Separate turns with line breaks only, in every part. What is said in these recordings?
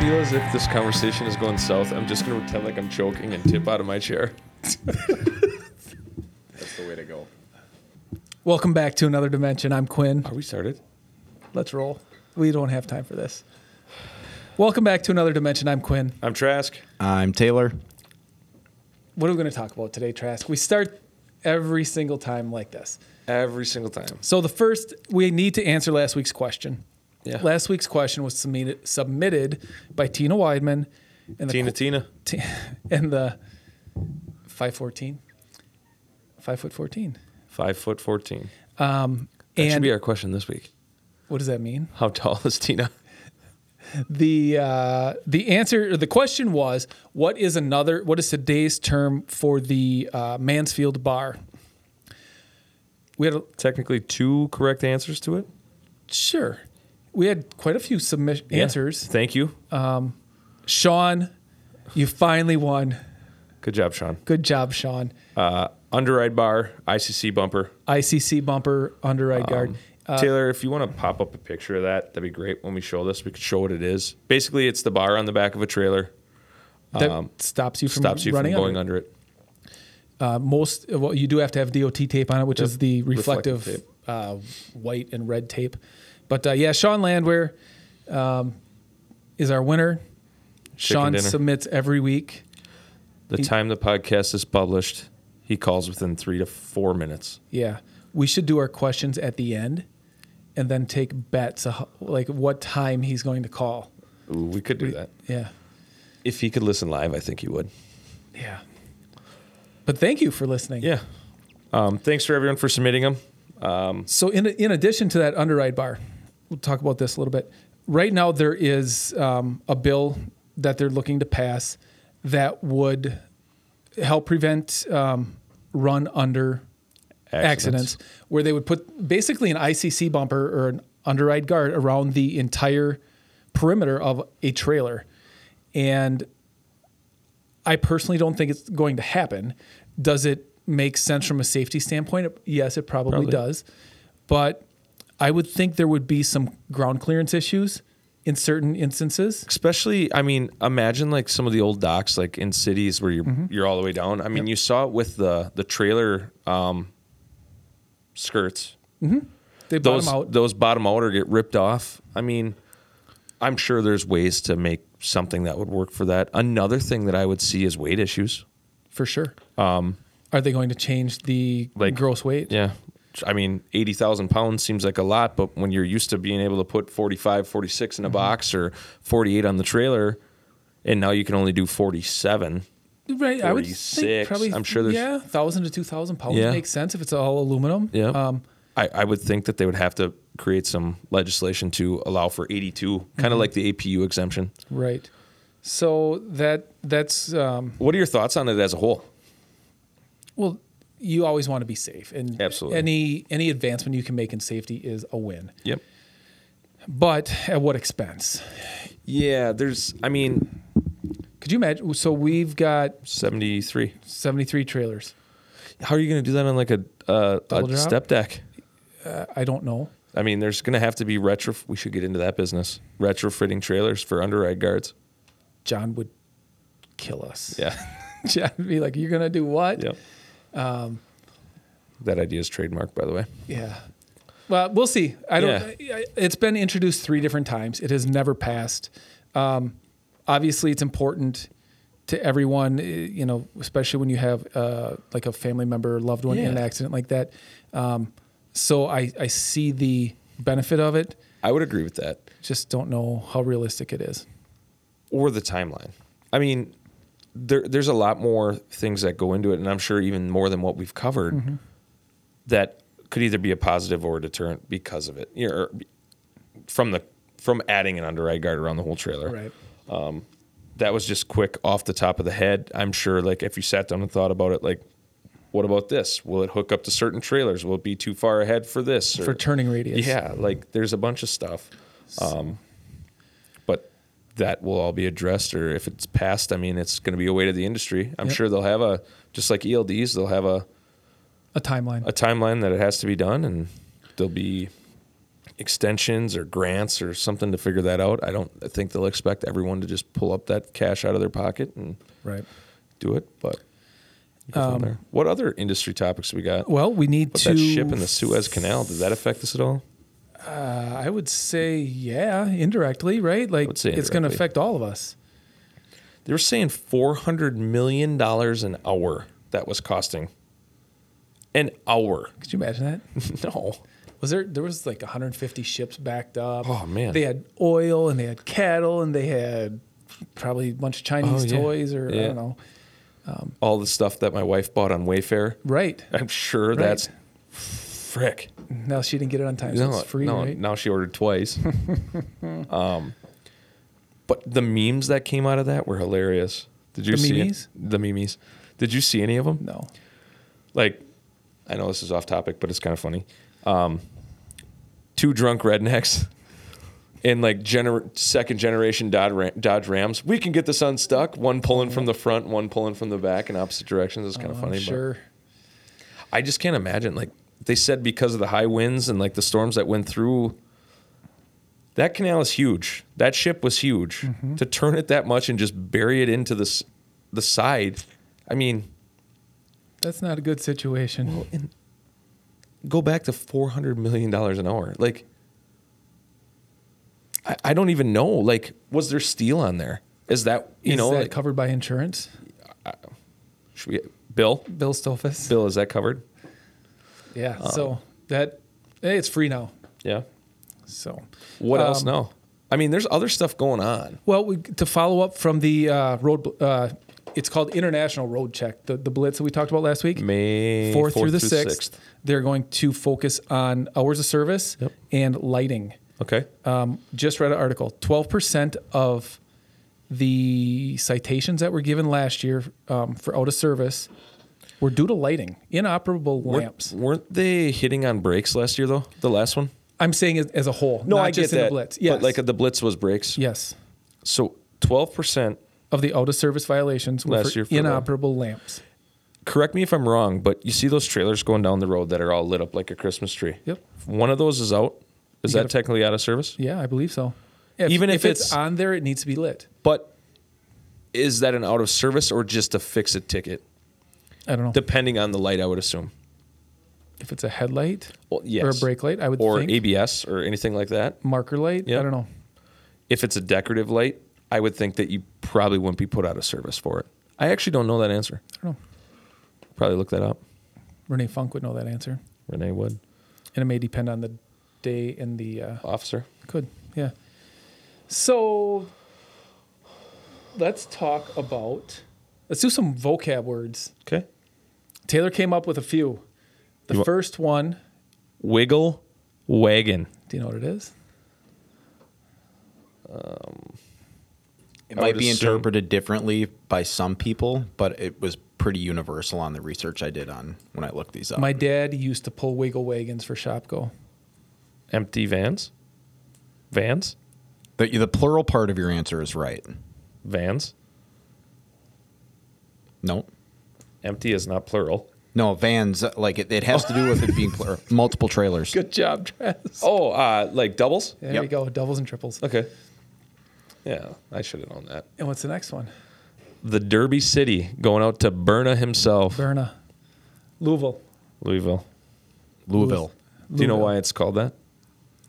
feel as if this conversation is going south, I'm just going to pretend like I'm choking and tip out of my chair.
That's the way to go.
Welcome back to another dimension. I'm Quinn.
Are we started?
Let's roll. We don't have time for this. Welcome back to another dimension. I'm Quinn.
I'm Trask.
I'm Taylor.
What are we going to talk about today, Trask? We start every single time like this.
Every single time.
So the first we need to answer last week's question.
Yeah.
Last week's question was submitted, submitted by Tina Weidman and the
Tina, Tina.
t- and the 514 5 foot 14
Five foot 14. That should
and
be our question this week.
what does that mean
How tall is Tina?
the uh, the answer or the question was what is another what is today's term for the uh, mansfield bar we had a,
Technically, two correct answers to it.
sure we had quite a few submission
Yeah.
answers
Thank you.
sean you finally won
Good job, Sean.
good job sean
Uh, underride bar, ICC bumper.
icc bumper under
Um,
right guard
Taylor, if you want to pop up a picture of that, that'd be great when we show this. We could show what it is. Basically, it's the bar on the back of a trailer.
that stops you from
um, Stops you from
running
going
under.
under it.
Uh, most well, you do have to have DOT tape on it, which is the reflective,
Reflective tape.
uh, white and red tape. But uh, yeah, Sean Landwehr um, is our winner. Sean
dinner.
submits every week.
The time the podcast is published, he calls within three to four minutes.
Yeah, we should do our questions at the end, and then take bets uh, like what time he's going to call.
Ooh, we could do that.
Yeah,
If he could listen live, I think he would.
yeah. But thank you for listening.
Yeah. Um, thanks for everyone for submitting them.
So in in addition to that underride bar, we'll talk about this a little bit. Right now, there is um, a bill that they're looking to pass that would help prevent um, run under accidents. where they would put basically an ICC bumper or an underride guard around the entire perimeter of a trailer, and I personally don't think it's going to happen. Does it make sense from a safety standpoint? Yes, it probably,
Probably.
does. But I would think there would be some ground clearance issues in certain instances.
Especially, I mean, imagine like some of the old docks, like in cities where you're
Mm-hmm.
you're all the way down. I mean, you saw it with the the trailer um, skirts.
They bought
Those
them out.
those bottom outer get ripped off. I mean, I'm sure there's ways to make something that would work for that. Another thing that I would see is weight issues.
for sure. Are they going to change the
Um, like-
gross weight?
Yeah. I mean, 80,000 pounds seems like a lot, but when you're used to being able to put 45, 46 in a box or 48 on the trailer, and now you can only do 47.
Right, I would think
46.
probably.
I'm sure there's-
yeah, thousand to two thousand pounds
Yeah.
makes sense if it's all aluminum.
Um, I, I would think that they would have to create some legislation to allow for 82, kind of like the APU exemption.
right. So that that's um,
What are your thoughts on it as a whole?
Well, you always want to be safe, and
Absolutely.
any any advancement you can make in safety is a win.
Yep.
But at what expense?
Yeah, there's, I mean,
Could you imagine? So we've got
73.
seventy three trailers.
How are you going to do that on like a, uh,
Double
a
drop?
step deck?
I- I don't know.
I mean, there's going to have to be retro. We should get into that business. Retrofitting trailers for underride guards.
John would kill us.
Yeah.
John would be like, "You're gonna do what?"
Yep. Um, that idea is trademarked, by the way.
Yeah. Well, we'll see. I don't. I- It's been introduced three different times. It has never passed. Um, obviously, it's important to everyone. eh, You know, especially when you have uh, like a family member, or loved one in an
Yeah.
accident like that. Um, so I, I see the benefit of it.
I would agree with that,
Just don't know how realistic it is.
or the timeline. I mean, there, there's a lot more things that go into it, and I'm sure even more than what we've covered that could either be a positive or a deterrent because of it. You know, or from the from adding an underride guard around the whole trailer.
Right.
that was just quick off the top of the head. I'm sure, like, if you sat down and thought about it, like, what about this? Will it hook up to certain trailers? Will it be too far ahead for this? Or-
For turning radius.
Yeah, like, there's a bunch of stuff. Um, but that will all be addressed, or if it's passed, I mean, it's going to be a way to the industry. I'm
Yep.
sure they'll have a, just like ELDs, they'll have a,
A timeline.
a timeline that it has to be done, and there'll be extensions or grants or something to figure that out. I don't I think they'll expect everyone to just pull up that cash out of their pocket and
Right.
do it. But you go from there. what other industry topics we got?
Well, we need
But
Um, to.
that ship in the Suez Canal did that affect this at all?
Uh, I would say, yeah, indirectly, right? Like
would say
it's going to
indirectly.
affect all of us.
They were saying four hundred million dollars an hour that was costing. An hour.
Could you imagine that?
No.
Was there there was like 150 ships backed up?
Oh, man.
They had oil and they had cattle and they had probably a bunch of Chinese
Oh, yeah.
toys or I
Yeah.
don't know.
All the stuff that my wife bought on Wayfair.
Right
I'm sure that's frick.
now she didn't get it on time, so
No,
it's free,
no,
right?
now she ordered twice. um, but the memes that came out of that were hilarious. Did you
The
see it?
memes?
the memes? Did you see any of them?
No.
Like, I know this is off topic, but it's kind of funny. Um, two drunk rednecks and like gener- second generation Dodge, Ram- Dodge Rams. We can get this unstuck. One pulling from the front, one pulling from the back in opposite directions. It's kind of
Uh-huh. Oh, I'm
funny. but-
sure.
I just can't imagine. Like they said, because of the high winds and like the storms that went through, that canal is huge. That ship was huge.
Mm-hmm.
To turn it that much and just bury it into this the side. I mean,
That's not a good situation.
and go back to four hundred million dollars an hour. Like, I, I don't even know. Like, was there steel on there? Is that you
Is
know?
that
like,
covered by insurance?
should we, Bill, Uh,
Bill Stolfus.
Bill, is that covered?
Yeah. so that hey, it's free now.
Yeah.
So
What else?
Um,
No. I mean, there's other stuff going on.
Well, we, to follow up from the uh, road, uh, it's called International Road Check, the, the blitz that we talked about last week.
May
4th through the 6th, they're going to focus on hours of service
Yep.
and lighting.
Okay.
Um, just read an article 12% of the citations that were given last year um, for out of service were due to lighting, inoperable lamps.
Weren't, weren't they hitting on brakes last year though? The last one?
I'm saying as, as a whole, not just in the blitz. Yes.
But like the blitz was brakes.
yes.
So 12%,
Of the out of service violations were
Last
for
year for the-
inoperable lamps.
correct me if I'm wrong, but you see those trailers going down the road that are all lit up like a Christmas tree.
Yep.
If One of those is out. Is
You
that technically out of service?
Yeah, I believe so. If,
Even if
it's,
it's-
on there, it needs to be lit.
But is that an out of service or just a fix it ticket?
I don't know
Depending on the light, I would assume.
if it's a headlight
Well, yes.
or a brake light. I would
Or
think
ABS or anything like that.
marker light.
Yeah.
I don't know.
if it's a decorative light, I would think that you probably wouldn't be put out of service for it. I actually don't know that answer.
I don't know.
Probably look that up.
Renee Funk would know that answer,
Renee would.
and it may depend on the day and the uh,
Officer.
could yeah. So let's talk about let's do some vocab words.
Okay.
Taylor came up with a few. The
You wa-
first one,
Wiggle wagon.
do you know what it is?
I
It might
would
be
assume-
interpreted differently by some people, but it was pretty universal on the research I did on when I looked
Uh,
these up.
My dad used to pull wiggle wagons for Shopko.
Empty vans. Vans.
the, the plural part of your answer is right.
Vans.
No,
Empty is not plural.
no vans. Like it, it has to do with it being plural, multiple trailers.
Good job, Travis.
Oh, uh, like doubles?
There
Yep.
you go, doubles and triples.
Okay. Yeah, I should have known that.
And what's the next one?
The Derby City going out to Berna himself.
Verna. Louisville.
Louisville.
Louisville.
Do you know
Louisville.
why it's called that?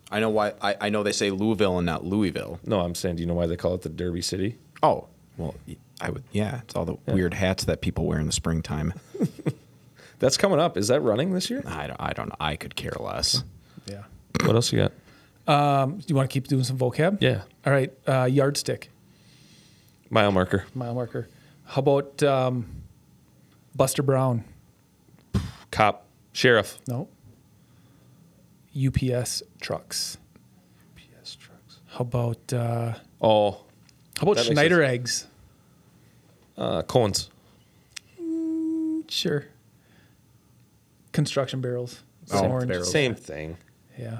I know why. I, I know they say Louisville and not Louisville.
No, I'm saying, do you know why they call it the Derby City?
Oh, well, y- I would. Yeah, it's all the weird hats that people wear in the springtime.
That's coming up. Is that running this year?
I don't. I don't. I could care less.
Yeah.
what else you got?
Do you want to keep doing some vocab?
Yeah.
All right. Uh, yardstick,
Mile marker.
mile marker. How about um, Buster Brown?
cop, sheriff.
No. UPS trucks.
PS trucks.
How about uh,
Oh,
how
That
about
makes
Schneider eggs?
uh, cones.
Sure. Construction barrels.
Oh,
Orange.
barrels.
Same thing.
Yeah.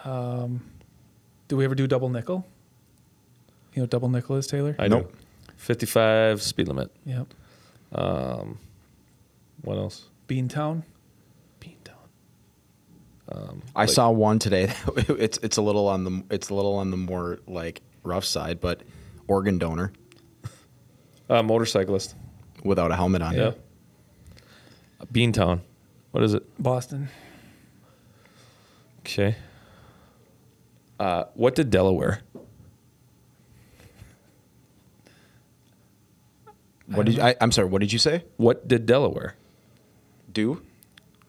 Um, do we ever do double nickel? You know what double nickel is, Taylor?
I
Nope.
know. Fifty-five speed limit.
yep.
What else?
Beantown.
Beantown.
I saw one today. it's it's a little on the it's a little on the more like rough side, but organ donor
Uh, motorcyclist.
without a helmet on.
Yeah. Beantown. What is it?
Boston.
Okay. Uh, what did Delaware?
What did you, I, I'm sorry? What did you say?
What did Delaware?
Do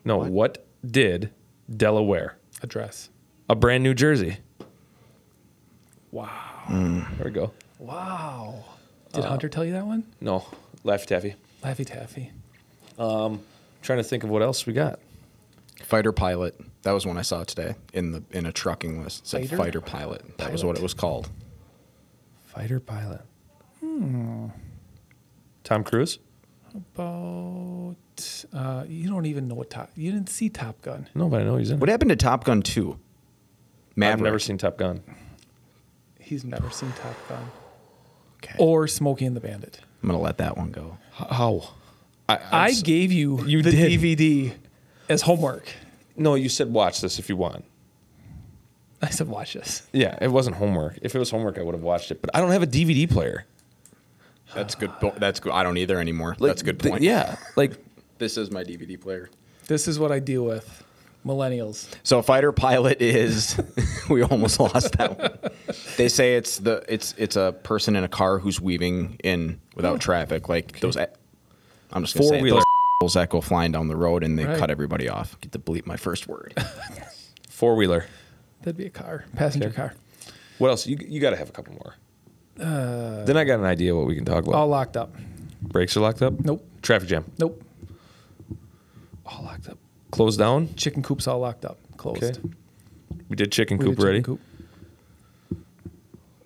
No, what, did Delaware?
Address.
A brand new jersey.
Wow.
There we go.
Wow.
Uh,
Did Hunter tell you that one?
No, Laffy Taffy.
Laffy Taffy.
Trying to think of what else we got.
fighter pilot? That was one I saw today in the in a trucking list. It said
Fighter?
fighter, pilot. That was what it was called.
Fighter pilot. Hmm.
Hmm.
Tom Cruise?
About uh, you don't even know what top. You didn't see Top Gun.
No, but I know he's in.
What
it.
happened to Top Gun Two? Maverick.
I've never seen Top Gun.
He's never seen Top Gun
Okay.
Oh.
or Smokey and the Bandit.
I'm gonna let that one go.
How? I,
i gave you,
You
the
did.
DVD as homework.
no, you said watch this if you want.
I said, watch this.
Yeah, it wasn't homework. If it was homework, I would have watched it. But I don't have a DVD player.
That's good. po- That's good. I don't either anymore.
Like,
that's a good
th-
point.
yeah, like
This is my DVD player.
This is what I deal with, millennials.
So fighter pilot is we almost lost that one. They say it's the it's it's a person in a car who's weaving in without traffic, like those. a- I'm just gonna say
Oh.
it,
Four-wheeler.
those a**holes that go flying down the road and they
Right.
cut everybody off. Get to bleep my first word.
four wheeler.
That'd be a car, passenger car,
What else? You you got to have a couple more.
Uh,
then I got an idea what we can talk about.
all locked up.
Brakes are locked up.
Nope.
Traffic jam.
Nope.
All locked up. Closed down.
Chicken coop's all locked up, closed.
Okay. We did chicken
We
coop
did chicken
already.
coop.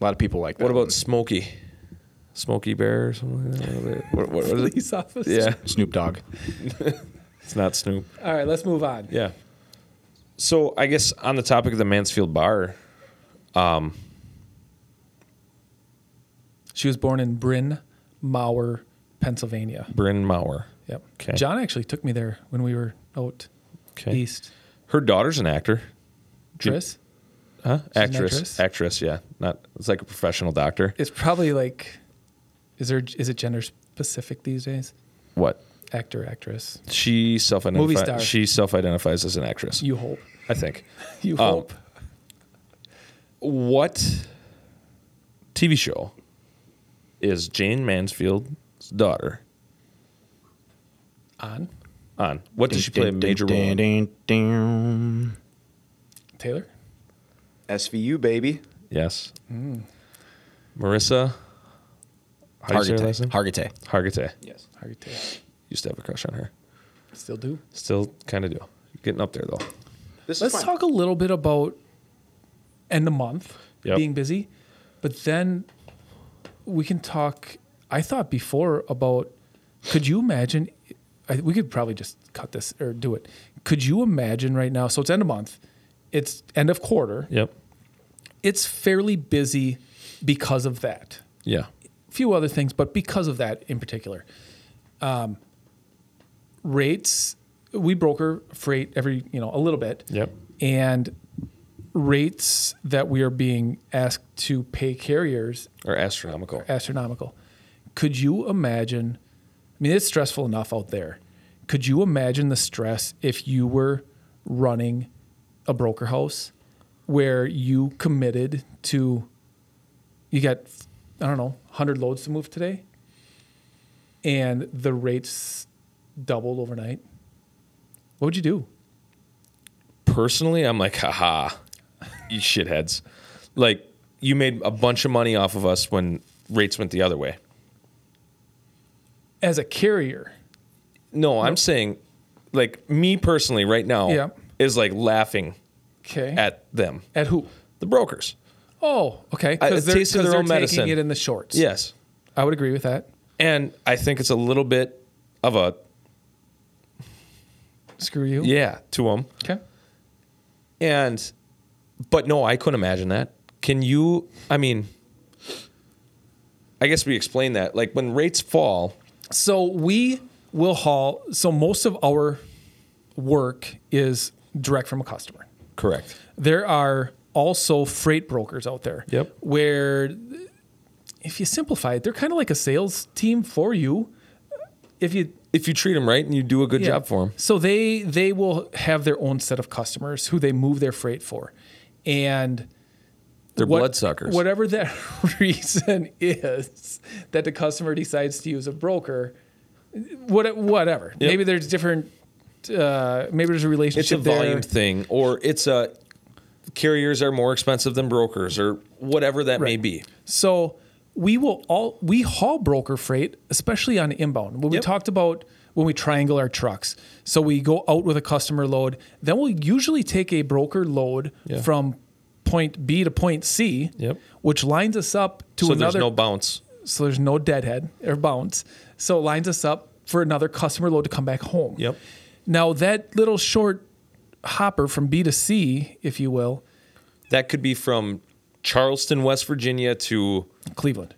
A lot of people like that.
What
one.
about Smokey? Smokey Bear or something like that. What, what, what is it?
Police office.
Yeah,
Snoop Dogg?
it's not Snoop.
All right, let's move on.
Yeah. So I guess on the topic of the Mansfield Bar,
She was born in Bryn Mawr, Pennsylvania.
Bryn Mawr.
Yep.
'Kay.
John actually took me there when we were out
Okay.
east.
Her daughter's an actor.
Tris.
Huh?
an
Actress.
actress?
actress. yeah. Not it's like a professional doctor.
It's probably like, is there is it gender specific these days?
What?
Actor, actress.
She self
star.
identifies she self identifies as an actress.
You hope.
I think.
You
Um,
hope.
What TV show is Jane Mansfield's daughter
On
on? What does she play a major role in?
in?
Taylor.
SVU baby.
Yes. Marissa how do you say her last
Hargitay.
name?
Hargitay.
Hargitay.
Yes.
Harry Taylor.
Used to have a crush on her.
Still do.
Still kind of do. Getting up there though.
This
Let's talk a little bit about end of month
Yep.
being busy, but then we can talk. I thought before about could you imagine? I, we could probably just cut this or do it. Could you imagine right now? So it's end of month, it's end of quarter.
Yep.
It's fairly busy because of that.
Yeah.
few other things, but because of that in particular, um, rates we broker freight every you know a little bit.
Yep.
And rates that we are being asked to pay carriers
Or astronomical.
astronomical. Could you imagine? I mean, it's stressful enough out there. Could you imagine the stress if you were running a broker house where you committed to, you got, I don't know, 100 loads to move today and the rates doubled overnight? What would you do?
personally, I'm like, haha, you shitheads. Like, you made a bunch of money off of us when rates went the other way.
As a carrier,
No, I'm saying, like, me personally right now
Yeah.
is like laughing
okay.
at them,
At who?
the brokers.
Oh, okay.
I-
Because
a
they're,
taste of
'cause
their
they're
own
taking
medicine.
it in the shorts.
Yes.
I would agree with that.
And I think it's a little bit of a
Screw you.
yeah to them.
Okay.
And, but no, I couldn't imagine that. Can you? I mean, I guess we explain that. Like, when rates fall,
So we will haul. So most of our work is direct from a customer.
Correct.
There are also freight brokers out there.
Yep.
Where if you simplify it, they're kind of like a sales team for you. If you
If you treat them right and you do a good
yeah.
job for them,
So they they will have their own set of customers who they move their freight for, and
they're
what-
bloodsuckers.
Whatever that reason is that the customer decides to use a broker, what whatever. Maybe there's different. Uh, maybe there's a
it's a
relationship there.
volume thing, or it's a carriers are more expensive than brokers, or whatever that may be.
So we will all we haul broker freight, especially on inbound. When we
Yep.
talked about when we triangle our trucks, so we go out with a customer load, then we'll usually take a broker load
Yeah.
from point B to point C,
Yep.
which lines us up to
So there's
another
no bounce.
so there's no deadhead or bounce. So it lines us up for another customer load to come back home.
Yep.
Now that little short hopper from B to C, if you will,
That could be from Charleston, West Virginia to
Cleveland.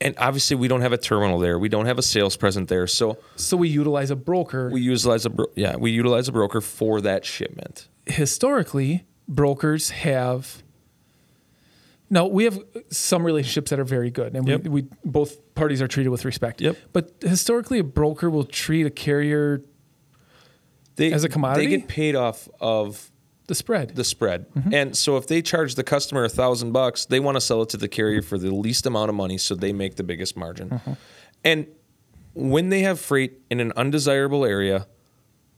and obviously we don't have a terminal there. We don't have a sales present there. So
So we utilize a broker.
we utilize a bro- yeah, we utilize a broker for that shipment.
historically, brokers have. No, we have some relationships that are very good, and
Yep.
we, we both parties are treated with respect.
Yep.
But historically, a broker will treat a carrier
They
As a commodity?
they get paid off of
the spread.
the spread.
Mm-hmm.
And so if they charge the customer a thousand bucks, they want to sell it to the carrier for the least amount of money so they make the biggest margin.
Mm-hmm.
And when they have freight in an undesirable area,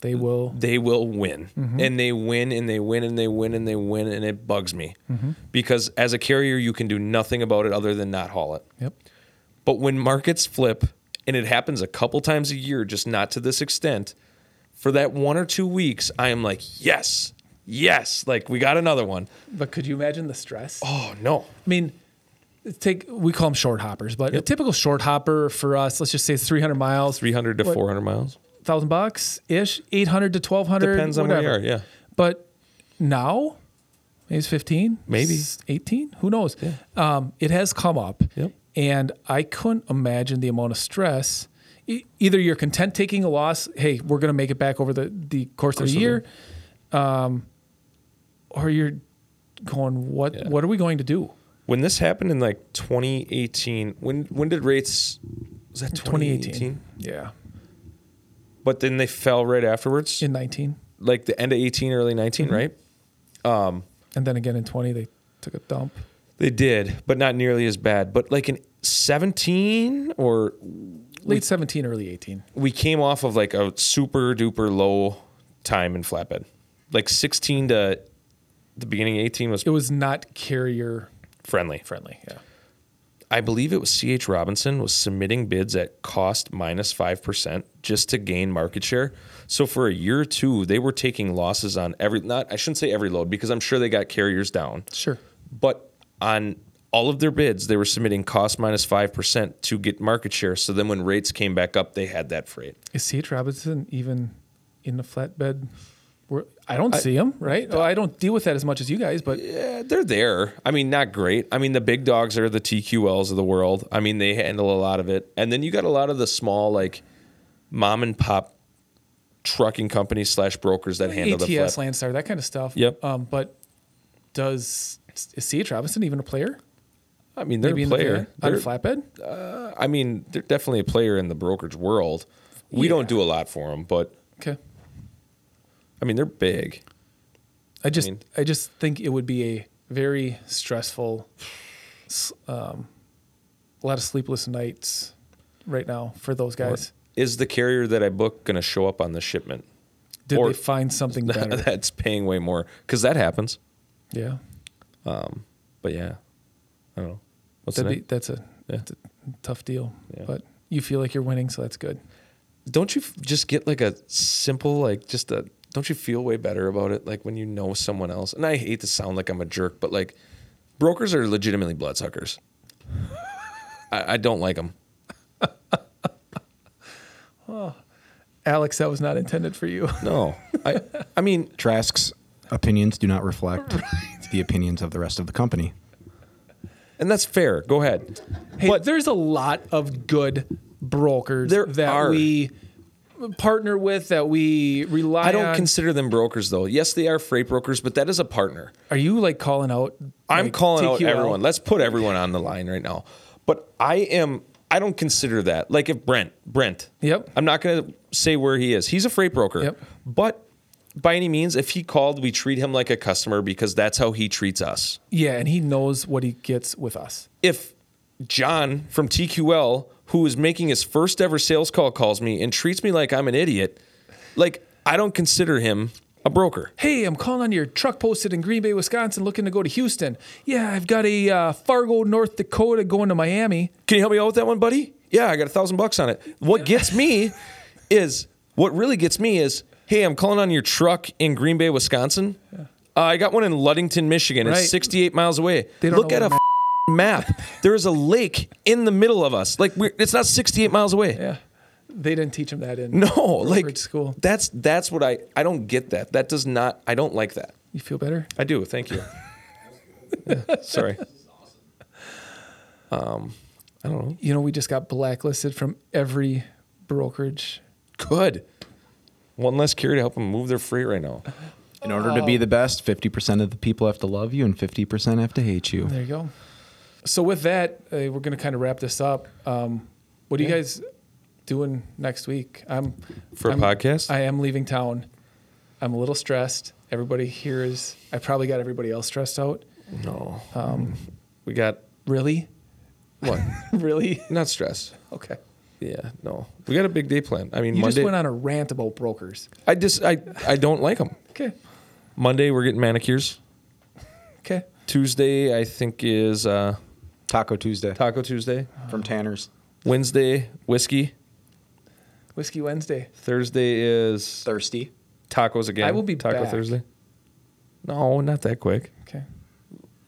they will.
they will win.
Mm-hmm.
And they win and they win and they win and they win. And it bugs me
Mm-hmm.
because as a carrier, you can do nothing about it other than not haul it.
Yep.
But when markets flip, and it happens a couple times a year, just not to this extent, for that one or two weeks, I am like, yes, yes, like we got another one.
But could you imagine the stress?
Oh, no.
I mean, take we call them short hoppers, but a typical short hopper for us, let's just say it's 300 miles,
300 to 400 miles.
thousand bucks ish, 800 to 1200.
Depends on where
whatever.
you are. Yeah.
But now, maybe it's 15,
Maybe.
s- 18, who knows? Um, it has come up.
Yep.
And I couldn't imagine the amount of stress. E- either you're content taking a loss, hey, we're going to make it back over the, the course, of the year, um, or you're going, what, what are we going to do?
When this happened in like 2018, when when did rates was that 2018?
2018. Yeah.
But then they fell right afterwards,
In Mm-hmm. 19.
like the end of 18, early 19, right?
And then again in 20, they took a dump.
They did, but not nearly as bad. But like in 17 or
Late 17, early 18.
we came off of like a super duper low time in flatbed. Like 16 to the beginning of 18 was
It was not carrier
friendly.
friendly. Yeah.
I believe it was C.H. Robinson was submitting bids at cost minus 5% just to gain market share. So for a year or two, they were taking losses on every, not, I shouldn't say every load because I'm sure they got carriers down.
Sure.
But on all of their bids, they were submitting cost minus 5% to get market share. So then when rates came back up, they had that freight.
Is C.H. Robinson even in the flatbed? Where, I don't see him, right? Oh, I don't deal with that as much as you guys, but
Yeah, they're there. I mean, not great. I mean, the big dogs are the TQLs of the world. I mean, they handle a lot of it. And then you got a lot of the small, like mom and pop trucking companies slash brokers that handle the
ATS,
flip.
Landstar, that kind of stuff.
Yep.
Um, but does is C.H. Robinson even a player?
I mean, they're a
in
player.
the, on a
They're-
flatbed?
I mean, they're definitely a player in the brokerage world. We don't do a lot for them, but
Okay.
I mean, they're big.
I just I,
mean-
just think it would be a very stressful, s- um, a lot of sleepless nights right now for those guys.
Is the carrier that I book going to show up on the shipment?
Did
or-
they find something better?
That's paying way more because that happens.
yeah,
But yeah, I don't know. What's
That'd
the
be,
name?
that's a that's a tough deal.
Yeah.
But you feel like you're winning, so that's good.
don't you f- just get like a simple like just a don't you feel way better about it like when you know someone else and i hate to sound like i'm a jerk but like brokers are legitimately bloodsuckers I, I don't like them
Alex, that was not intended for you.
no i i mean
Trask's opinions do not reflect the opinions of the rest of the company.
and that's fair go ahead
hey, there's a lot of good brokers
There
that
are.
we partner with that we rely
I don't
on.
consider them brokers though. Yes, they are freight brokers, but that is a partner.
Are you like calling out?
I'm
like,
calling out
TQL?
everyone. Let's put everyone on the line right now. But I am I don't consider that. Like if Brent, Brent.
Yep.
I'm not gonna say where he is. He's a freight broker.
Yep.
But by any means, if he called, we treat him like a customer because that's how he treats us.
Yeah, and he knows what he gets with us.
If John from TQL, who is making his first ever sales call, calls me and treats me like I'm an idiot, like I don't consider him a broker.
Hey, I'm calling on your truck posted in Green Bay, Wisconsin, looking to go to Houston. Yeah, I've got a uh, Fargo, North Dakota going to Miami.
Can you help me out with that one, buddy? Yeah, I got a thousand bucks on it. What gets me is what really gets me is hey, I'm calling on your truck in Green Bay, Wisconsin. Uh, I got one in Ludington, Michigan.
Right.
It's 68 miles away.
They don't
Look
know
at a
what a
f***ing map. There is a lake in the middle of us. Like we're, it's not 68 miles away.
Yeah, they didn't teach him that in.
No, like
Perfect school.
That's that's what I I don't get that. That does not. I don't like that.
You feel better?
I do. Thank you. Yeah, sorry. Um, I don't know.
You know, we just got blacklisted from every brokerage.
Good. One less carrier to help them move their freight right now.
In order to be the best, 50% of the people have to love you and 50% have to hate you.
There you go. So with that, uh, we're going to kind of wrap this up. Um, what are you guys doing next week? I'm
For a
I'm-
podcast?
I am leaving town. I'm a little stressed. Everybody here is. I probably got everybody else stressed out.
No.
Um,
we got
Really,
what?
really.
Not stress.
Okay.
Yeah, no. We got a big day planned. I mean,
You
Monday.
just went on a rant about brokers.
I just I I don't like them.
Okay.
Monday we're getting manicures.
Okay.
Tuesday I think is uh,
Taco Tuesday
Taco Tuesday.
from Tanner's.
Wednesday whiskey.
Whiskey Wednesday.
Thursday is
Thirsty.
tacos again.
I will be
Taco
back.
Thursday. No, not that quick.
Okay.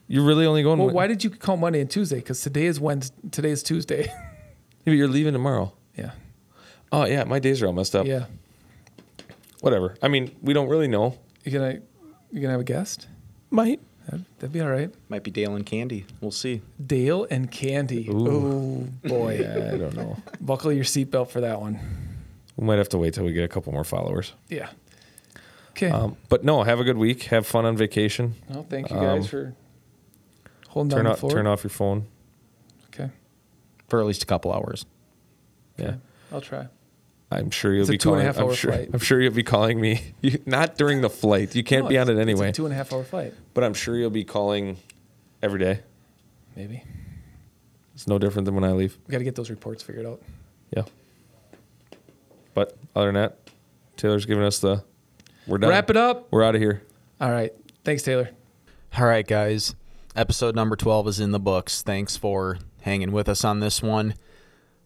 You're really only going.
Well, why did you call Monday and Tuesday? Because today is Wednesday. Today is Tuesday.
Maybe you're leaving tomorrow.
yeah.
Oh yeah, my days are all messed up.
Yeah.
Whatever. I mean, we don't really know.
You gonna you gonna have a guest?
Might.
That'd, that'd be all right.
Might be Dale and Candy. We'll see.
Dale and Candy.
Ooh.
Oh boy.
Yeah, I don't know.
Buckle your seatbelt for that one.
We might have to wait till we get a couple more followers.
Yeah. Okay.
Um, but no, have a good week. Have fun on vacation.
well, thank you guys
um,
for holding down
Turn
the
off,
fort.
turn off your phone.
Okay.
For at least a couple hours.
Yeah,
Okay. I'll try.
I'm sure you'll
It's a
be
two and
calling.
a half
I'm
hour
sure.
flight.
I'm sure you'll be calling me. You, not during the flight. You can't
No,
be on
it's-
it anyway.
It's a two and a half hour flight,
but I'm sure you'll be calling every day.
maybe.
It's no different than when I leave.
We got to get those reports figured out.
Yeah. But other than that, Taylor's giving us the. We're done.
Wrap it up.
We're out of here.
All right. Thanks, Taylor.
All right, guys. Episode number 12 is in the books. Thanks for hanging with us on this one.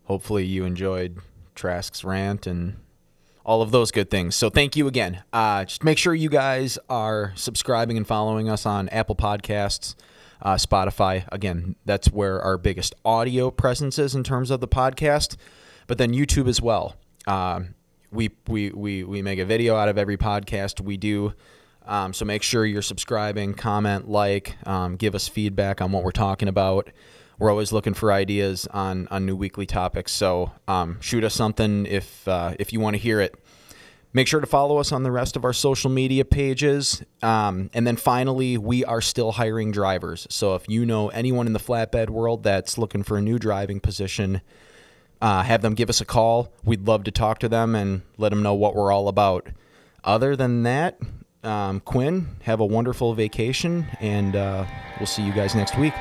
Hopefully, you enjoyed Trask's rant and all of those good things. So, thank you again. Uh, just make sure you guys are subscribing and following us on Apple Podcasts, uh, Spotify. Again, that's where our biggest audio presence is in terms of the podcast, but then YouTube as well. Um, we, we, we, we make a video out of every podcast we do. Um, so make sure you're subscribing, comment, like, um, give us feedback on what we're talking about. We're always looking for ideas on on new weekly topics. So um, shoot us something if uh, if you want to hear it. Make sure to follow us on the rest of our social media pages. Um, and then finally, we are still hiring drivers. So if you know anyone in the flatbed world that's looking for a new driving position, uh, have them give us a call. We'd love to talk to them and let them know what we're all about. Other than that, um, Quinn, have a wonderful vacation, and uh, we'll see you guys next week.